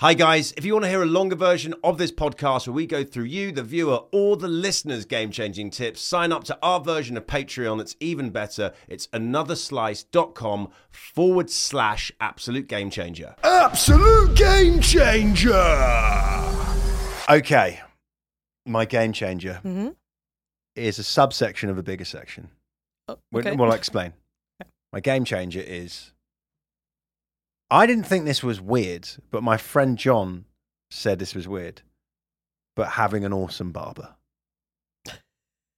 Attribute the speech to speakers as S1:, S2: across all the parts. S1: Hi, guys. If you want to hear a longer version of this podcast where we go through you, the viewer, or the listener's game changing tips, sign up to our version of Patreon. It's even better. It's anotherslice.com forward slash absolute game changer.
S2: Absolute game changer. Okay, my game changer is a subsection of a bigger section.
S3: Oh,
S2: Well,
S3: okay.
S2: well, I'll explain. My game changer is. I didn't think this was weird, but my friend John said this was weird. But having an awesome barber,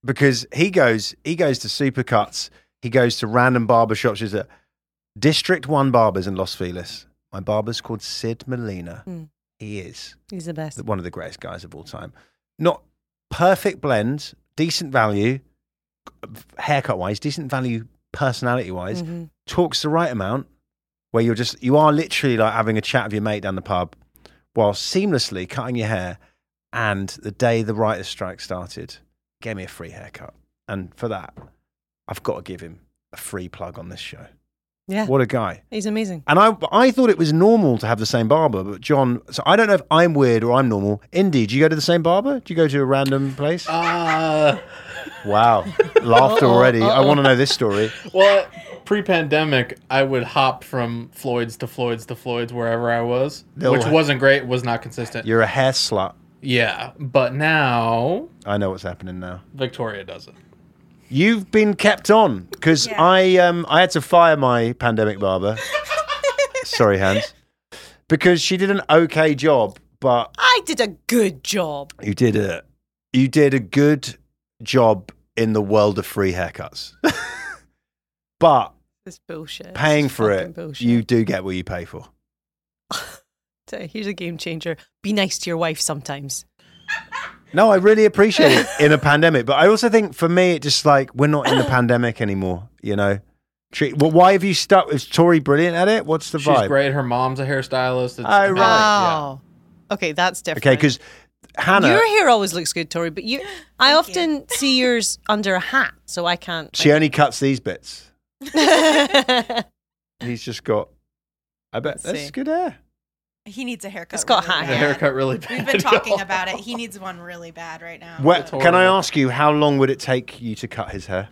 S2: because he goes, he goes to supercuts, he goes to random barber shops. Is at District One Barbers in Los Feliz. My barber's called Sid Molina.
S3: Mm.
S2: He is
S3: He's the best.
S2: th- one of the greatest guys of all time. Not perfect blend, decent value, haircut wise, decent value, personality wise.
S3: Mhm.
S2: Talks the right amount, where you're just you are literally like having a chat with your mate down the pub, while seamlessly cutting your hair. And the day the writer's strike started, gave me a free haircut, and for that, I've got to give him a free plug on this show.
S3: Yeah,
S2: What a guy!
S3: he's amazing.
S2: And I, I thought it was normal to have the same barber, but John, so I don't know if I'm weird or I'm normal. Indy, do you go to the same barber? Do you go to a random place?
S4: Uh,
S2: wow. Laughter already. I want to know this story.
S4: well, pre-pandemic, I would hop from Floyd's to Floyd's to Floyd's wherever I was,
S2: No
S4: which
S2: way.
S4: wasn't great, was not consistent.
S2: You're a hair slut.
S4: yeah, but now
S2: I know what's happening now.
S4: Victoria does it.
S2: You've been kept on because
S3: Yeah.
S2: I, um, I had to fire my pandemic barber. Sorry, Hans. Because she did an okay job, but
S3: I did a good job.
S2: you did a, you did a good job in the world of free haircuts. but
S3: This bullshit.
S2: paying
S3: It's
S2: for
S3: fucking
S2: it,
S3: Bullshit.
S2: you do get what you pay for.
S3: So Here's a game changer. Be nice to your wife sometimes.
S2: No, I really appreciate it in a pandemic, but I also think for me, it just like we're not in the pandemic anymore. You know, Treat, well, why have you stuck? Is Tori brilliant at it? What's the
S4: She's
S2: vibe?
S4: great. Her mom's a hairstylist. It's
S2: Oh, Right,
S4: about-
S2: yeah.
S3: Wow. Okay, that's different.
S2: Okay, because Hannah,
S3: your hair always looks good, Tori, but you I often see yours under a hat, so I can't.
S2: she only cuts these bits.
S3: it's
S2: He's just got. I bet
S3: Let's
S2: that's
S3: see.
S2: good hair.
S5: He needs a haircut.
S3: got
S5: really
S3: hot
S4: The
S5: bad.
S3: hair.
S4: haircut really bad.
S5: We've been talking about it. He needs one really bad right now.
S2: Well,
S4: It's
S2: can I
S4: horrible.
S2: ask you how long would it take you to cut his hair?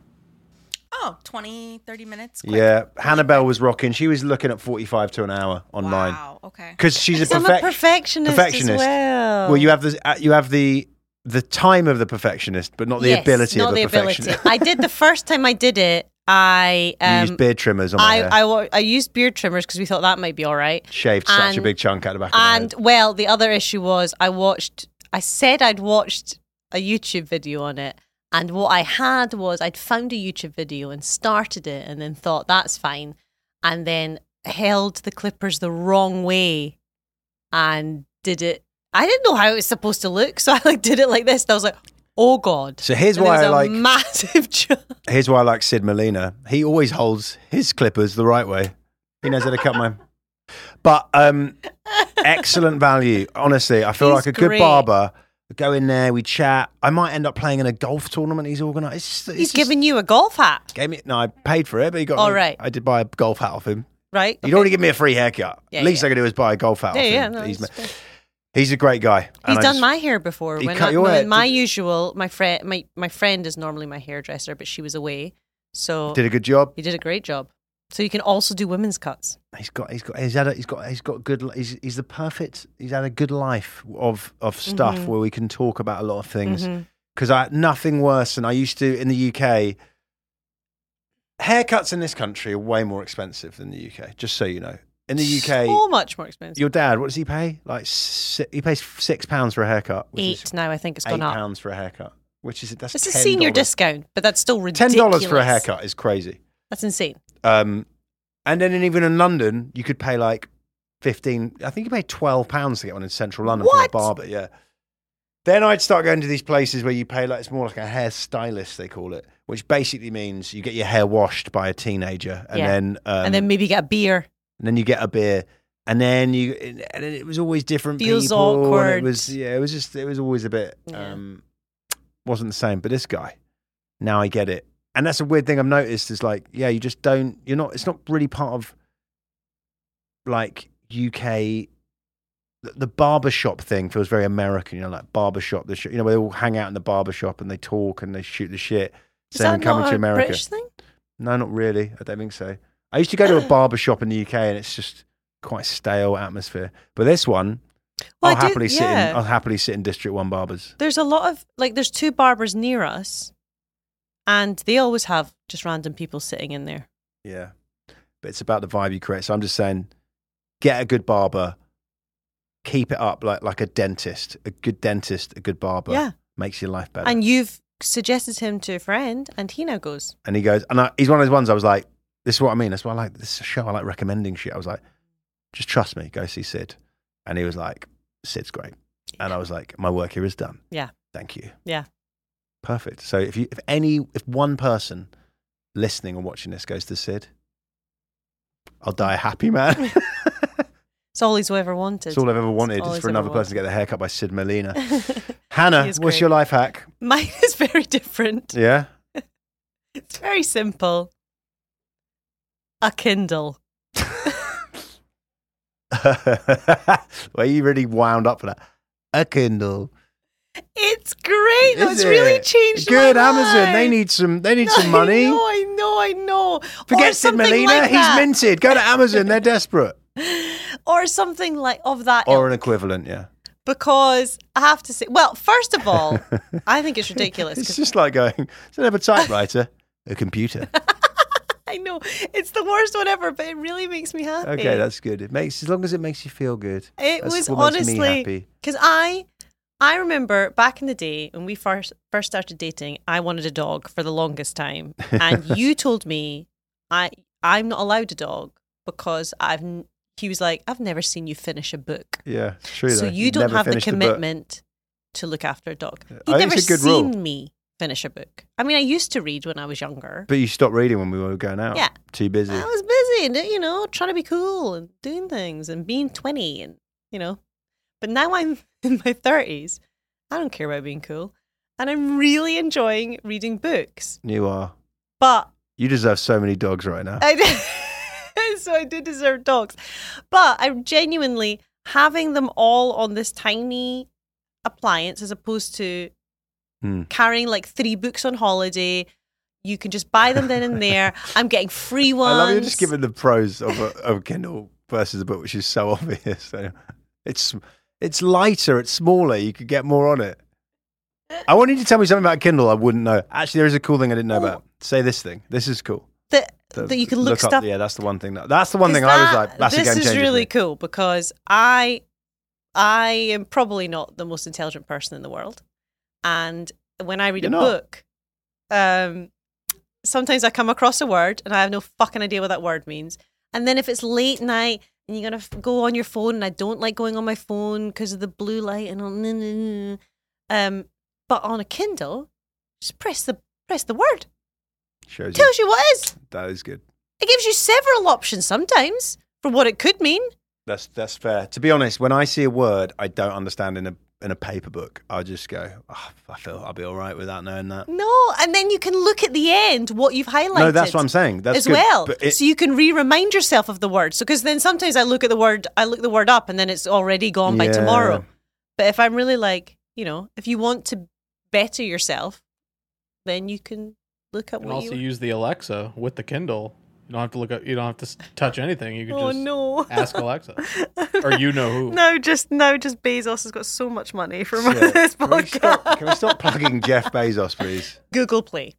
S5: Oh, 20, 30 minutes? Quick.
S2: Yeah, Hannabelle was rocking. She was looking at forty-five to an hour online
S5: Wow. Okay.
S2: because she's a,
S3: I'm a
S2: perfec-
S3: perfectionist, as
S2: perfectionist.
S3: well.
S2: Well, you have the uh, you have the the time of the perfectionist, but not the
S3: Yes,
S2: ability
S3: not
S2: of a
S3: the
S2: perfectionist.
S3: ability. I did the first time I did it. I
S2: you
S3: um,
S2: used beard trimmers on my
S3: I,
S2: hair.
S3: I wa- I used beard trimmers because we thought that might be all right.
S2: Shaved such a
S3: and-
S2: big chunk out of the back of my
S3: And
S2: head.
S3: well, the other issue was I watched. I said I'd watched a YouTube video on it, and what I had was I'd found a YouTube video and started it, and then thought that's fine, and then held the clippers the wrong way, and did it. I didn't know how it was supposed to look, so I like did it like this. And I was like, oh god.
S2: So here's
S3: And there
S2: why
S3: was
S2: I
S3: a
S2: like
S3: massive. jump.
S2: here's why I like Sid Molina. He always holds his clippers the right way. He knows how to cut mine. But um, excellent value. Honestly, I feel
S3: He's
S2: like a good
S3: great.
S2: barber. Go in there, we chat. I might end up playing in a golf tournament he's organised. It's just- it's
S3: He's
S2: just-
S3: giving you a golf hat,
S2: gave me no. I paid for it, but he got.
S3: All
S2: me-
S3: right.
S2: I did buy a golf hat off him.
S3: right?
S2: You'd already give me a free haircut.
S3: Yeah,
S2: Least
S3: yeah.
S2: I could do is buy a golf hat.
S3: Yeah,
S2: off him.
S3: yeah, no,
S2: he's,
S3: it's
S2: ma-
S3: good.
S2: he's a great guy. and
S3: He's
S2: I
S3: done
S2: just-
S3: my hair before.
S2: He
S3: When,
S2: cut
S3: I,
S2: your
S3: when
S2: hair,
S3: my
S2: did-
S3: usual, my friend, my, my friend is normally my hairdresser, but she was away, so
S2: did a good job.
S3: he did a great job. So you can also do women's cuts.
S2: He's got. He's got. He's had. A, he's got. He's got good. li- He's. He's the perfect. He's had a good life of of stuff
S3: Mhm.
S2: where we can talk about a lot of things.
S3: Mhm.
S2: Because I nothing worse than I used to in the UK. Haircuts in this country are way more expensive than the UK. Just so you know, in the UK,
S3: so much more expensive.
S2: your dad, what does he pay? Like si he pays six pounds for a haircut. Which
S3: Eight
S2: is
S3: now, I think it's
S2: eight
S3: gone up.
S2: pounds for a haircut, which is that's
S3: It's a
S2: $10.
S3: senior discount, but that's still
S2: Ten
S3: ridiculous.
S2: dollars for a haircut is crazy.
S3: That's insane.
S2: Um, and then in, even in London, you could pay like fifteen. I think you paid twelve pounds to get one in central London
S3: What?
S2: from a barber. Yeah. Then I'd start going to these places where you pay like it's more like a hair stylist they call it, which basically means you get your hair washed by a teenager, and
S3: Yeah.
S2: then um,
S3: and then maybe get a beer.
S2: and then you get a beer. And then you, and then it was always different
S3: Feels
S2: people. and
S3: awkward.
S2: it was, yeah, it was just, it was always a bit,
S3: Yeah.
S2: um, wasn't the same. But this guy, now I get it. And that's a weird thing I've noticed is like, yeah, you just don't, you're not, it's not really part of like UK the- the barbershop thing feels very American, you know, like barbershop, the sh- you know, where they all hang out in the barbershop and they talk and they shoot the shit.
S3: Is
S2: saying
S3: that
S2: coming
S3: not
S2: to
S3: a
S2: America.
S3: British thing?
S2: No, not really. I don't think so. I used to go to a barber shop in the UK and it's just quite stale atmosphere. But this one,
S3: Well,
S2: I'll
S3: I do-
S2: happily sit
S3: yeah.
S2: in I'll happily sit in District One Barbers.
S3: There's a lot of like there's two barbers near us, and they always have just random people sitting in there.
S2: Yeah. But it's about the vibe you create. So I'm just saying get a good barber, keep it up like like a dentist. A good dentist, a good barber
S3: Yeah.
S2: makes your life better.
S3: And you've suggested him to a friend, and he now goes.
S2: And he goes, and I, he's one of those ones I was like, this is what I mean. That's why I like this show. I like recommending shit. I was like, just trust me, go see Sid. And he was like, Sid's great. And I was like, my work here is done.
S3: Yeah.
S2: Thank you.
S3: Yeah.
S2: Perfect. So if you, if any, if one person listening or watching this goes to Sid, I'll die a happy man.
S3: It's all he's ever wanted.
S2: It's all I've ever wanted
S3: all
S2: is
S3: he's
S2: for
S3: ever
S2: another person
S3: wanted.
S2: to get their haircut by Sid Molina. Hannah,
S3: He
S2: what's
S3: is great.
S2: your life hack?
S3: Mine is very different.
S2: Yeah.
S3: It's very simple. A Kindle.
S2: Were you really wound up for that? A Kindle.
S3: It's great.
S2: Is
S3: It's really
S2: it?
S3: changed.
S2: Good
S3: my
S2: Amazon. They
S3: life.
S2: need some. They need some
S3: I
S2: money.
S3: know, I know, I know. or
S2: Forget Sid
S3: something
S2: Molina.
S3: Like
S2: He's
S3: that.
S2: minted. Go to Amazon. They're desperate.
S3: or something like of that
S2: Or
S3: ilk.
S2: an equivalent. Yeah.
S3: because I have to say, well, first of all, I think it's ridiculous.
S2: It's
S3: 'cause
S2: just like going. Instead of a typewriter, a computer.
S3: I know it's the worst one ever, but it really makes me happy.
S2: Okay, that's good. It makes as long as it makes you feel good.
S3: It
S2: That's
S3: was
S2: what makes me
S3: honestly
S2: happy.
S3: because I, I remember back in the day when we first first started dating, I wanted a dog for the longest time, and you told me, I I'm not allowed a dog because I've. n- He was like, I've never seen you finish a book,
S2: Yeah, it's true.
S3: so
S2: though.
S3: you
S2: You've
S3: don't
S2: never
S3: have the
S2: finished book.
S3: commitment to look after a dog.
S2: Yeah,
S3: He'd
S2: I think
S3: never
S2: it's a good rule.
S3: seen me finish a book. I mean, I used to read when I was younger.
S2: But you stopped reading when we were going out.
S3: Yeah.
S2: Too busy.
S3: I was busy, and uh, you know, trying to be cool and doing things and being 20 and, you know. But now I'm in my 30s. I don't care about being cool. And I'm really enjoying reading books.
S2: You are.
S3: But
S2: You deserve so many dogs right now.
S3: I did, so I do deserve dogs. But I'm genuinely having them all on this tiny appliance as opposed to
S2: Hmm.
S3: carrying like three books on holiday. You can just buy them then and there. I'm getting free ones.
S2: I love you just giving the pros of a, of a Kindle versus a book, which is so obvious. It's it's lighter, it's smaller. You could get more on it. I want you to tell me something about Kindle. I wouldn't know. Actually, there is a cool thing I didn't know
S3: Oh.
S2: about. Say this thing. This is cool.
S3: that,
S2: The-
S3: that you can look, stuff
S2: Up, yeah, that's the one thing. That, that's the one
S3: 'Cause
S2: thing I was
S3: that-
S2: like. That's
S3: this
S2: a game
S3: is
S2: changer. for
S3: really
S2: me.
S3: cool because I, I am probably not the most intelligent person in the world, and when I read
S2: You're
S3: a
S2: not.
S3: book, um, sometimes I come across a word and I have no fucking idea what that word means, and then if it's late night. And you're gonna f- go on your phone, and I don't like going on my phone because of the blue light and all. nah, nah, nah. Um, but on a Kindle, just press the press the word,
S2: Shows you.
S3: tells you what it is.
S2: That is good.
S3: It gives you several options sometimes for what it could mean.
S2: That's that's fair. To be honest, when I see a word I don't understand in a in a paper book, I just go, "Ah, I feel I'll be all right without knowing that.
S3: No, and then you can look at the end what you've highlighted.
S2: No, that's what I'm saying. That's
S3: as
S2: good,
S3: well,
S2: but it-
S3: so you can re-remind yourself of the word. So because then sometimes I look at the word, I look the word up, and then it's already gone by
S2: Yeah.
S3: tomorrow. But if I'm really like, you know, if you want to better yourself, then you can look at
S4: And
S3: what
S4: also
S3: you.
S4: use the Alexa with the Kindle. You don't have to look up. You don't have to s- touch anything. You can
S3: oh
S4: just
S3: no!
S4: ask Alexa, or you know who.
S3: no, just no, just Bezos has got so much money from
S2: Yeah.
S3: this
S2: Can we, stop,
S3: podcast.
S2: can we stop plugging Jeff Bezos, please?
S3: Google Play,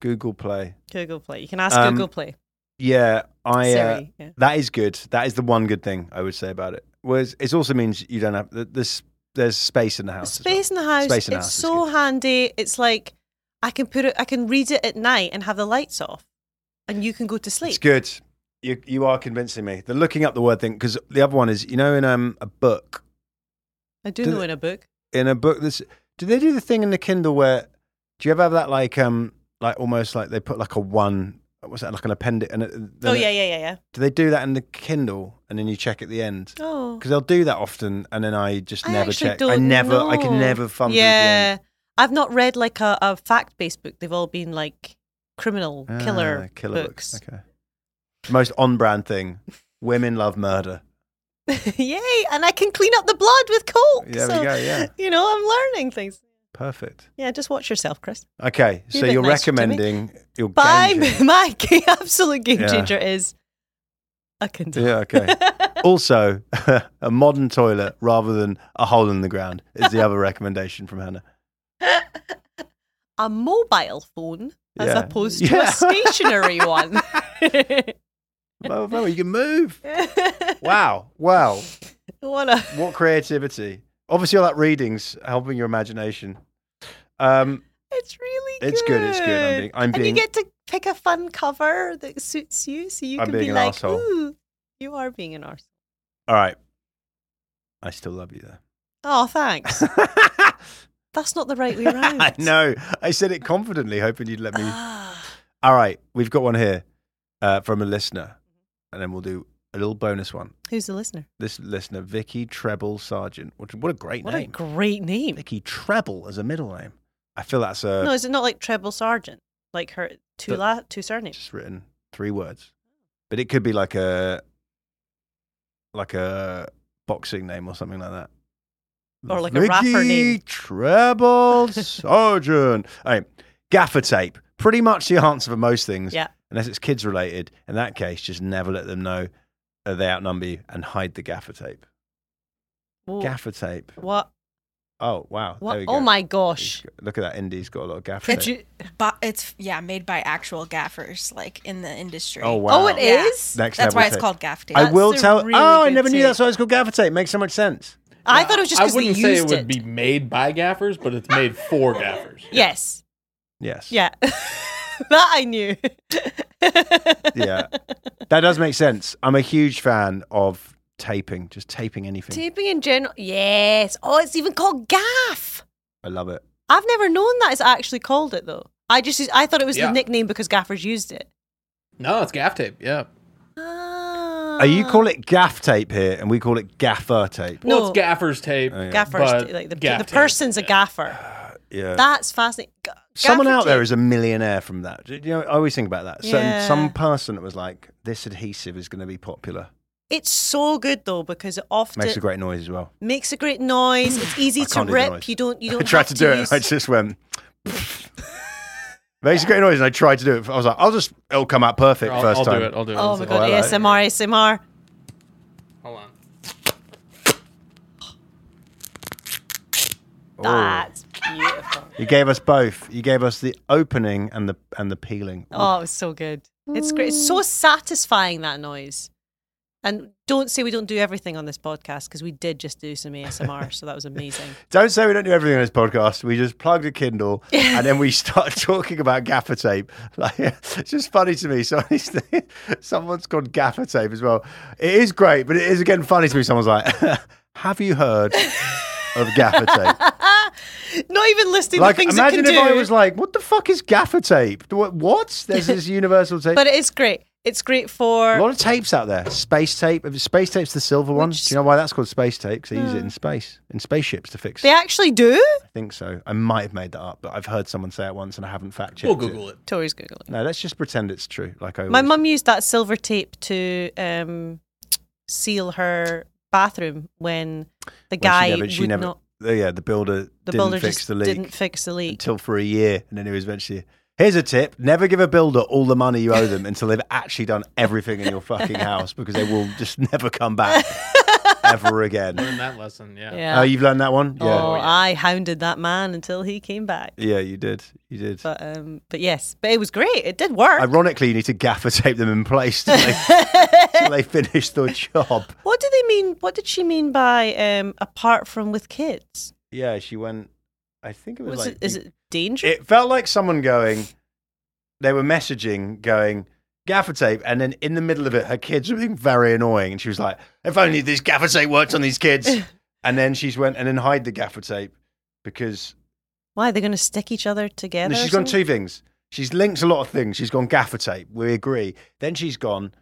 S2: Google Play.
S3: Google Play. You can ask
S2: Um,
S3: Google Play.
S2: Yeah, I. Uh,
S3: Siri. Yeah.
S2: that is good. That is the one good thing I would say about it. Whereas it also means you don't have th- this. There's space in the house. as well.
S3: space in the house.
S2: Space in the
S3: it's
S2: house is
S3: so
S2: good.
S3: handy. It's like I can put it. I can read it at night and have the lights off, and you can go to sleep.
S2: It's good. You you are convincing me. The looking up the word thing because the other one is you know in um a book
S3: I do
S2: Does
S3: know
S2: it-
S3: in a book.
S2: in a book that's do they do the thing in the Kindle where do you ever have that like um like almost like they put like a one what's that like an appendix and it,
S3: oh
S2: then it-
S3: yeah, yeah, yeah, yeah.
S2: do they do that in the Kindle and then you check at the end
S3: Oh,
S2: because they'll do that often and then I just
S3: I
S2: never
S3: actually
S2: check I
S3: don't
S2: never I can
S3: know.
S2: never fumble
S3: yeah. I've not read like a, a fact based book. They've all been like criminal
S2: at the end.
S3: killer,
S2: Ah, killer
S3: books.
S2: okay most on brand thing women love murder
S3: Yay! And I can clean up the blood with coke.
S2: There
S3: so,
S2: we go. Yeah.
S3: You know, I'm learning things.
S2: Perfect.
S3: Yeah, just watch yourself, Chris.
S2: Okay.
S3: Be
S2: so
S3: a bit
S2: you're
S3: nicer to me.
S2: recommending your
S3: Bye.
S2: game changer.
S3: My g- absolute game
S2: Yeah.
S3: changer is a Kindle.
S2: Yeah. Okay. also, a modern toilet rather than a hole in the ground is the other recommendation from Hannah.
S3: a mobile phone as
S2: Yeah.
S3: opposed to
S2: Yeah.
S3: a stationary one.
S2: Well, well, you can move. Wow. Wow.
S3: what a
S2: What creativity. Obviously, all that reading's helping your imagination. Um,
S3: It's really good.
S2: It's good, it's good. I'm being- I'm
S3: and
S2: being-
S3: you get to pick a fun cover that suits you, so you
S2: I'm
S3: can
S2: being
S3: be
S2: an
S3: like,
S2: arsehole.
S3: "Ooh, you are being an arse."
S2: all right. I still love you, though.
S3: Oh, thanks. That's not the right way round.
S2: I know. I said it confidently, hoping you'd let me.
S3: Ah,
S2: All right. We've got one here uh, from a listener, and then we'll do a little bonus one.
S3: Who's the listener?
S2: This listener, Vicky Treble Sargent. What, what a great
S3: What a
S2: name.
S3: great name.
S2: Vicky Treble as a middle name. I feel that's a,
S3: No, is it not like Treble Sergeant, like her
S2: Uh,
S3: two
S2: The-
S3: la- two surnames?
S2: just written three words, but it could be like a like a boxing name or something like that.
S3: Or like a rapper
S2: Vicky
S3: name.
S2: Treble Sargent. All right, gaffer tape. Pretty much the answer for most things.
S3: Yeah.
S2: Unless it's kids related. In that case, just never let them know that they outnumber you and hide the gaffer tape.
S3: Whoa.
S2: Gaffer tape.
S3: What?
S2: Oh wow. There
S3: What?
S2: we go.
S3: Oh my
S2: He's
S3: gosh!
S2: got- Look at that. Indy's got a lot of gaffer
S3: Did
S2: tape.
S3: you?
S5: But it's yeah, made by actual gaffers, like in the industry.
S2: Oh wow.
S3: Oh, it
S5: Yeah.
S3: is.
S2: Next
S5: That's
S2: level
S5: why it's
S2: tape.
S5: called gaff tape.
S2: I
S3: That's
S2: will
S3: a
S2: tell.
S3: really
S2: oh, I
S3: good
S2: never knew
S3: tape.
S2: that's why it's called gaffer tape. Makes so much sense.
S3: I thought it was just
S4: Uh, I
S3: because they
S4: wouldn't
S3: used
S4: say it would be
S3: it.
S4: made by gaffers, but it's made for gaffers.
S3: Yes.
S2: Yes.
S3: Yeah. that I knew.
S2: yeah. That does make sense. I'm a huge fan of taping, just taping anything.
S3: Taping in general. Yes. Oh, it's even called gaff.
S2: I love it.
S3: I've never known that it's actually called it though. I just I thought it was
S4: Yeah.
S3: the nickname because gaffers used it.
S4: No, it's gaff tape. Yeah.
S3: Ah.
S2: Uh, you call it gaff tape here, and we call it gaffer tape.
S4: Well,
S3: No.
S4: it's gaffers tape.
S2: Oh, yeah.
S3: gaffers
S4: but
S3: like the,
S4: gaff
S3: the
S4: tape,
S3: person's a
S4: yeah.
S3: gaffer.
S2: Yeah.
S3: That's fascinating. G-
S2: Someone
S3: gaffer
S2: out there
S3: tape.
S2: is a millionaire from that. You know, I always think about that.
S3: Yeah.
S2: Certain, some person that was like, this adhesive is going to be popular.
S3: It's so good though because it often
S2: Makes a great noise as well.
S3: makes a great noise. It's easy
S2: I
S3: to
S2: can't do the
S3: rip.
S2: noise.
S3: You don't. You
S2: I
S3: don't.
S2: tried
S3: have
S2: to do it.
S3: use-
S2: I just went. Makes a great noise, and I tried to do it. I was like, I'll just, it'll come out perfect
S4: I'll,
S2: 1st
S4: I'll
S2: time.
S4: do it. I'll do it.
S3: oh
S4: One
S3: my
S4: second.
S3: god!
S2: I like it.
S3: ASMR, ASMR.
S4: Hold on.
S2: Oh.
S3: That's beautiful.
S2: You gave us both. You gave us the opening and the and the peeling.
S3: Oh, Mm. it was so good. It's great. It's so satisfying that noise. And don't say we don't do everything on this podcast because we did just do some ASMR, so that was amazing.
S2: Don't say we don't do everything on this podcast. We just plugged a Kindle and then we start talking about gaffer tape. Like it's just funny to me. So someone's called gaffer tape as well. It is great, but it is again funny to me. Someone's like, "Have you heard of gaffer tape?"
S3: Not even listing
S2: like,
S3: the things
S2: imagine
S3: it can
S2: if I
S3: do,
S2: was like, "What the fuck is gaffer tape? What? what? There's this universal tape.
S3: but it is great. It's great for
S2: a lot of tapes out there. Space tape. Space tape's the silver one.
S3: Which- Mm.
S2: Do you know why that's called space tape? Because they use it in space, in spaceships to fix.
S3: they actually do.
S2: I think so. I might have made that up, but I've heard someone say it once and I haven't fact checked.
S4: We'll Google it.
S3: Tori's googling.
S2: No, let's just pretend it's true. Like I
S3: My
S2: always-
S3: mum used that silver tape to um, seal her bathroom when the
S2: when
S3: guy
S2: she never, she
S3: would
S2: never
S3: not.
S2: oh, yeah, the builder
S3: The
S2: didn't
S3: builder
S2: fix
S3: just
S2: the leak
S3: didn't fix the leak.
S2: until for a year, and then he was eventually. Here's a tip: never give a builder all the money you owe them until they've actually done everything in your fucking house, because they will just never come back ever again.
S4: Learn that lesson. Yeah.
S3: yeah.
S2: Oh, you've learned that one? Yeah,
S3: oh, I hounded that man until he came back.
S2: yeah, you did, you did.
S3: But um, but yes, but it was great. It did work.
S2: Ironically, you need to gaffer tape them in place till they, till they finish their job.
S3: what do they mean? What did she mean by um, apart from with kids?
S2: Yeah, she went. I think it was,
S3: Was
S2: like
S3: it, is it dangerous?
S2: it felt like someone going, they were messaging going, gaffer tape. And then in the middle of it, her kids were being very annoying. And she was like, if only this gaffer tape worked on these kids. and then she's went and then hide the gaffer tape because
S3: Why they're going to stick each other
S2: no,
S3: together?
S2: she's
S3: or
S2: gone
S3: something?
S2: two things. She's linked a lot of things. She's gone gaffer tape. We agree. Then she's gone,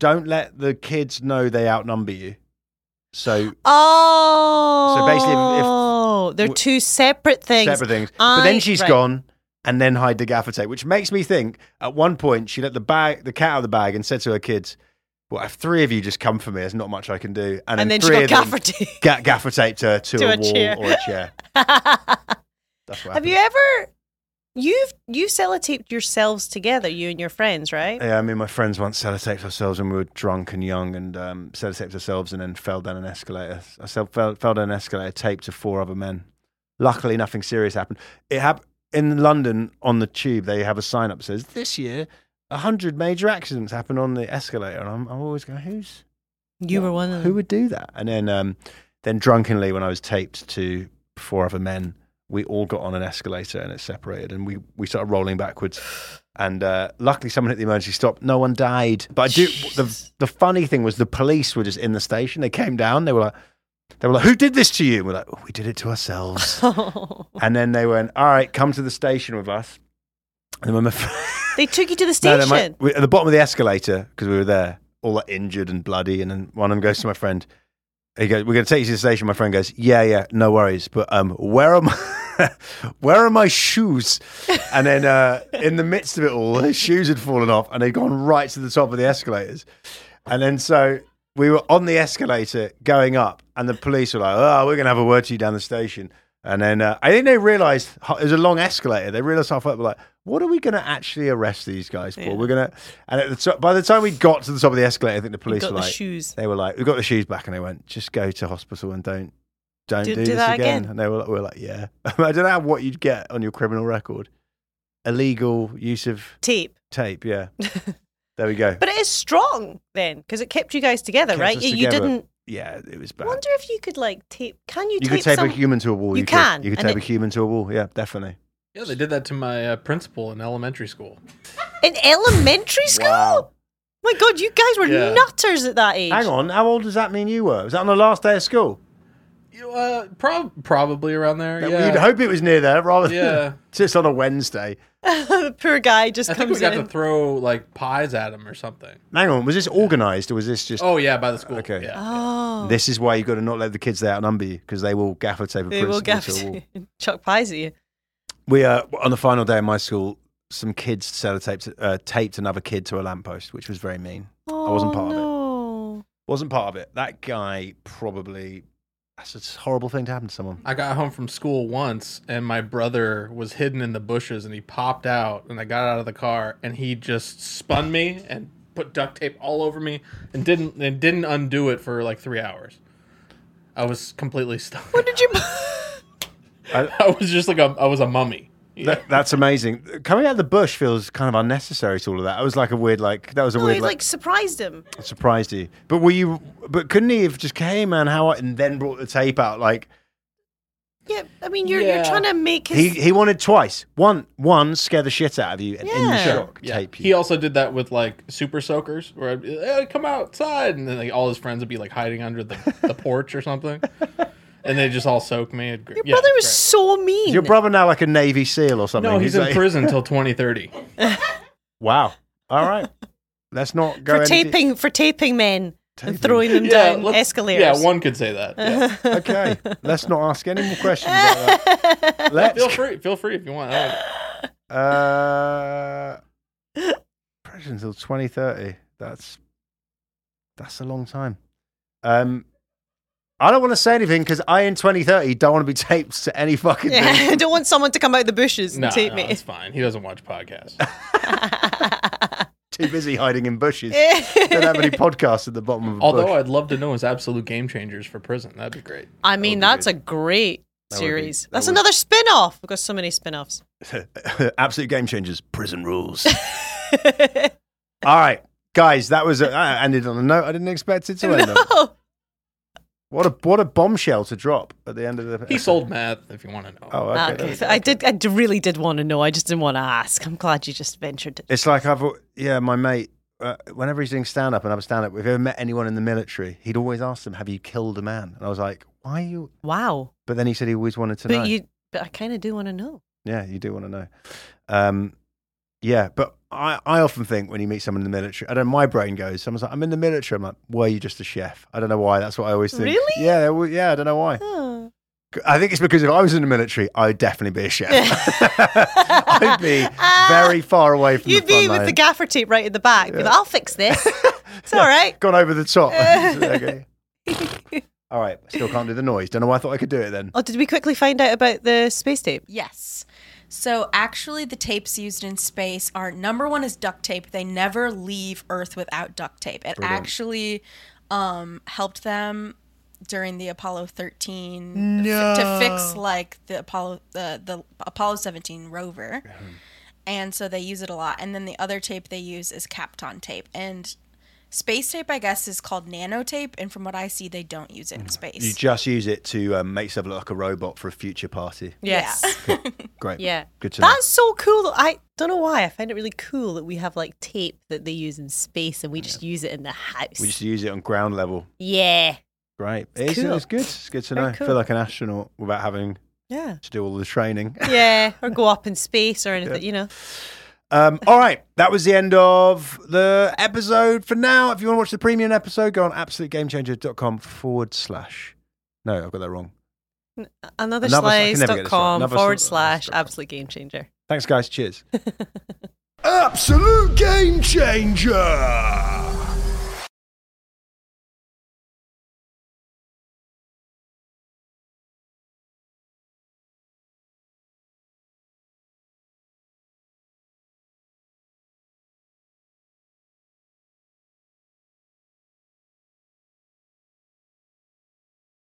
S2: don't let the kids know they outnumber you. So
S3: Oh,
S2: basically if- if-
S3: they're
S2: w-
S3: two separate things.
S2: separate things. but
S3: I-
S2: then she's
S3: right.
S2: gone and then hide the gaffer tape, which makes me think at one point she let the bag the cat out of the bag and said to her kids, Well, if three of you just come for me, there's not much I can do. And,
S3: and
S2: then,
S3: then she
S2: three
S3: got
S2: of them
S3: gaffer tape.
S2: ga- gaffer taped her to,
S3: To
S2: a,
S3: a
S2: wall
S3: chair.
S2: or a chair.
S3: Have
S2: That's what
S3: you ever? You've you sellotaped yourselves together, you and your friends, right?
S2: Yeah, I mean, my friends once sellotaped ourselves when we were drunk and young, and um, sellotaped ourselves and then fell down an escalator. I said, fell, fell down an escalator, taped to four other men. Luckily, nothing serious happened. It hap- in London on the tube. They have a sign up that says this year. A hundred major accidents happen on the escalator, and I'm, I'm always going, "Who's
S3: You were one of
S2: who
S3: them.
S2: would do that?" And then, um, then drunkenly, when I was taped to four other men, we all got on an escalator and it separated, and we we started rolling backwards. And uh, luckily, someone hit the emergency stop. No one died. But I do. The, the funny thing was, the police were just in the station. They came down. They were like, they were like, "Who did this to you?" And we're like, "Oh, "We did it to ourselves." and then they went, "All right, come to the station with us." And when my fr-
S3: they took you to the
S2: no,
S3: station.
S2: no, my, we, at the bottom of the escalator because we were there, all like, injured and bloody. And then one of them goes to my friend. He goes, "We're going to take you to the station." My friend goes, "Yeah, yeah, no worries, but um, where are my where are my shoes?" And then uh, in the midst of it all, his shoes had fallen off and they'd gone right to the top of the escalators. And then so we were on the escalator going up, and the police were like, "Oh, we're going to have a word to you down the station." And then uh, I think they realised it was a long escalator. They realised halfway up, like, "What are we going to actually arrest these guys for?
S3: Yeah.
S2: We're going to." And at the top, by the time we got to the top of the escalator, I think the police
S3: got
S2: were
S3: the
S2: like,
S3: shoes.
S2: "They were like, we got the shoes back," and they went, "Just go to hospital and don't." Don't do,
S3: Do- do
S2: this
S3: that
S2: again.
S3: again.
S2: And they were like, we were like, yeah. I don't know what you'd get on your criminal record. Illegal use of
S3: Tape.
S2: tape, yeah. there we go.
S3: But it is strong then, because it kept you guys together,
S2: Kept
S3: right?
S2: us
S3: You, you
S2: together.
S3: didn't.
S2: yeah, it was
S3: I
S2: bad.
S3: wonder if you could like tape. Can you,
S2: you
S3: tape,
S2: could tape
S3: some?
S2: a human to a wall.
S3: You
S2: could-
S3: can,
S2: You could
S3: and
S2: tape a
S3: it-
S2: human to a wall. Yeah, definitely.
S4: Yeah, they did that to my uh, principal in elementary school.
S3: in elementary school?
S2: Wow.
S3: My God, you guys were
S4: Yeah.
S3: nutters at that age.
S2: Hang on, how old does that mean you were? Was that on the last day of school?
S4: You know, uh, prob- probably around there.
S2: That-
S4: yeah.
S2: You'd hope it was near there rather than
S4: Yeah.
S2: just on a Wednesday.
S3: the poor guy just
S4: I think we
S3: comes
S4: got
S3: in.
S4: to throw like pies at him or something.
S2: Hang on, was this organised or was this just.
S4: Oh yeah, by the school.
S2: Okay.
S4: Yeah.
S3: oh,
S2: This is why you've got to not let the kids there outnumber you because they will gaffer tape a
S3: they will
S2: principal
S3: gaff
S2: to a wall.
S3: chuck pies at you.
S2: We uh, on the final day of my school, some kids sellotaped uh, taped another kid to a lamppost, which was very mean.
S3: Oh,
S2: wasn't part of it.
S3: no.
S2: Wasn't part of it. That guy probably. That's a horrible thing to happen to someone.
S4: I got home from school once and my brother was hidden in the bushes and he popped out and I got out of the car and he just spun me and put duct tape all over me and didn't and didn't undo it for like 3 hours. I was completely stuck.
S3: What did you?
S4: I was just like a I was a mummy.
S2: That, that's amazing. Coming out of the bush feels kind of unnecessary to all of that. That was like a weird, like that was a
S3: no,
S2: weird,
S3: he like surprised him.
S2: like surprised you. But were you? But couldn't he have just hey man, how? I-" And then brought the tape out. Like
S3: Yeah, I mean, you're you're
S4: Yeah.
S3: trying to make his.
S2: he he wanted twice. One one scare the shit out of you, and in the
S3: Yeah. Sure,
S2: shock
S4: Yeah.
S2: tape you.
S4: He also did that with like super soakers where I'd be like, "Hey, come outside and then like all his friends would be like hiding under the, the porch or something. And they just all soak me. Your
S3: Your brother was so mean.
S2: Is your brother now like a Navy SEAL or something?
S4: No, he's in
S2: like-
S4: prison till 2030.
S2: Wow. All right. Let's not go
S3: for
S2: any-
S3: taping for taping men
S2: Taping.
S3: and throwing them down
S4: let's-
S3: escalators.
S4: Yeah, one could say that. yeah.
S2: Okay. Let's not ask any more questions about that. Let's
S4: feel free. Feel free if you want. I don't-
S2: Uh, prison until 2030. That's that's a long time. Um, I don't want to say anything because I in 2030 don't want to be taped to any fucking
S3: Yeah,
S2: thing.
S3: I don't want someone to come out the bushes and
S4: No,
S3: tape
S4: no,
S3: me.
S4: it's fine. He doesn't watch podcasts.
S2: Too busy hiding in bushes. don't have any podcasts at the bottom of a
S4: Although
S2: bush.
S4: I'd love to know his absolute game changers for prison. That'd be great.
S3: I mean,
S2: That would be
S3: that's a great
S2: That would be-
S3: series.
S2: that
S3: that's
S2: would-
S3: another spin off. We've got so many spin offs.
S2: Absolute game changers. Prison rules. All right, guys, that was a, I ended on a note I didn't expect it to end on.
S3: no.
S2: What a what a bombshell to drop at the end of the.
S4: He sold math. If you want to know.
S2: Oh,
S3: Ah,
S2: okay.
S3: okay.
S2: that's-
S3: So I did. I d- really did want to know. I just didn't want to ask. I'm glad you just ventured. it.
S2: It's like I've al- yeah, my mate. Uh, whenever he's doing stand up and I'm stand up, if you ever met anyone in the military, he'd always ask them, "Have you killed a man?" And I was like, "Why are you?"
S3: Wow.
S2: But then he said he always wanted to know.
S3: But you. But I kind of do want to know.
S2: Yeah, you do want to know. Um, yeah, but I, I often think when you meet someone in the military, I don't. My brain goes. Someone's like, "I'm in the military." I'm like, "Were you just a chef?" I don't know why. That's what I always think.
S3: Really?
S2: Yeah, they were- yeah. I don't know why.
S3: Oh.
S2: I think it's because if I was in the military, I'd definitely be a chef. I'd be very far away from
S3: You'd
S2: the front
S3: be with
S2: line.
S3: the gaffer tape right at the back. Be like, I'll fix this. It's all right.
S2: Gone over the top. Okay. All right. Still can't do the noise. Don't know why I thought I could do it then.
S3: Oh, did we quickly find out about the space tape?
S5: Yes. So actually, the tapes used in space are number one is duct tape. They never leave Earth without duct tape. It actually um, helped them during the Apollo 13 f- to fix like the Apollo the the Apollo 17 rover, and so they use it a lot. And then the other tape they use is Kapton tape and. Space tape, I guess, is called nanotape, and from what I see, they don't use it in space.
S2: You just use it to um, make yourself look like a robot for a future party.
S3: Yes.
S2: Great.
S3: Yeah.
S2: Good to know.
S3: That's so cool. I don't know why. I find it really cool that we have like tape that they use in space and we just use it in the house.
S2: We just use it on ground level.
S3: yeah.
S2: Great. It's,
S3: cool.
S2: it's good. It's good to know.
S3: Very
S2: I feel
S3: cool.
S2: like an astronaut without having
S3: Yeah.
S2: to do all the training.
S3: Yeah. Or go up in space or anything, you know.
S2: Um, all right, that was the end of the episode for now. If you want to watch the premium episode, go on absolutegamechanger.com forward slash. No, I've got that wrong.
S3: Another,
S2: Another- I can never get this right.
S3: slice.com
S2: Another
S3: forward
S2: slice-
S3: slash absolute game changer.
S2: Thanks, guys. Cheers.
S1: Absolute game changer.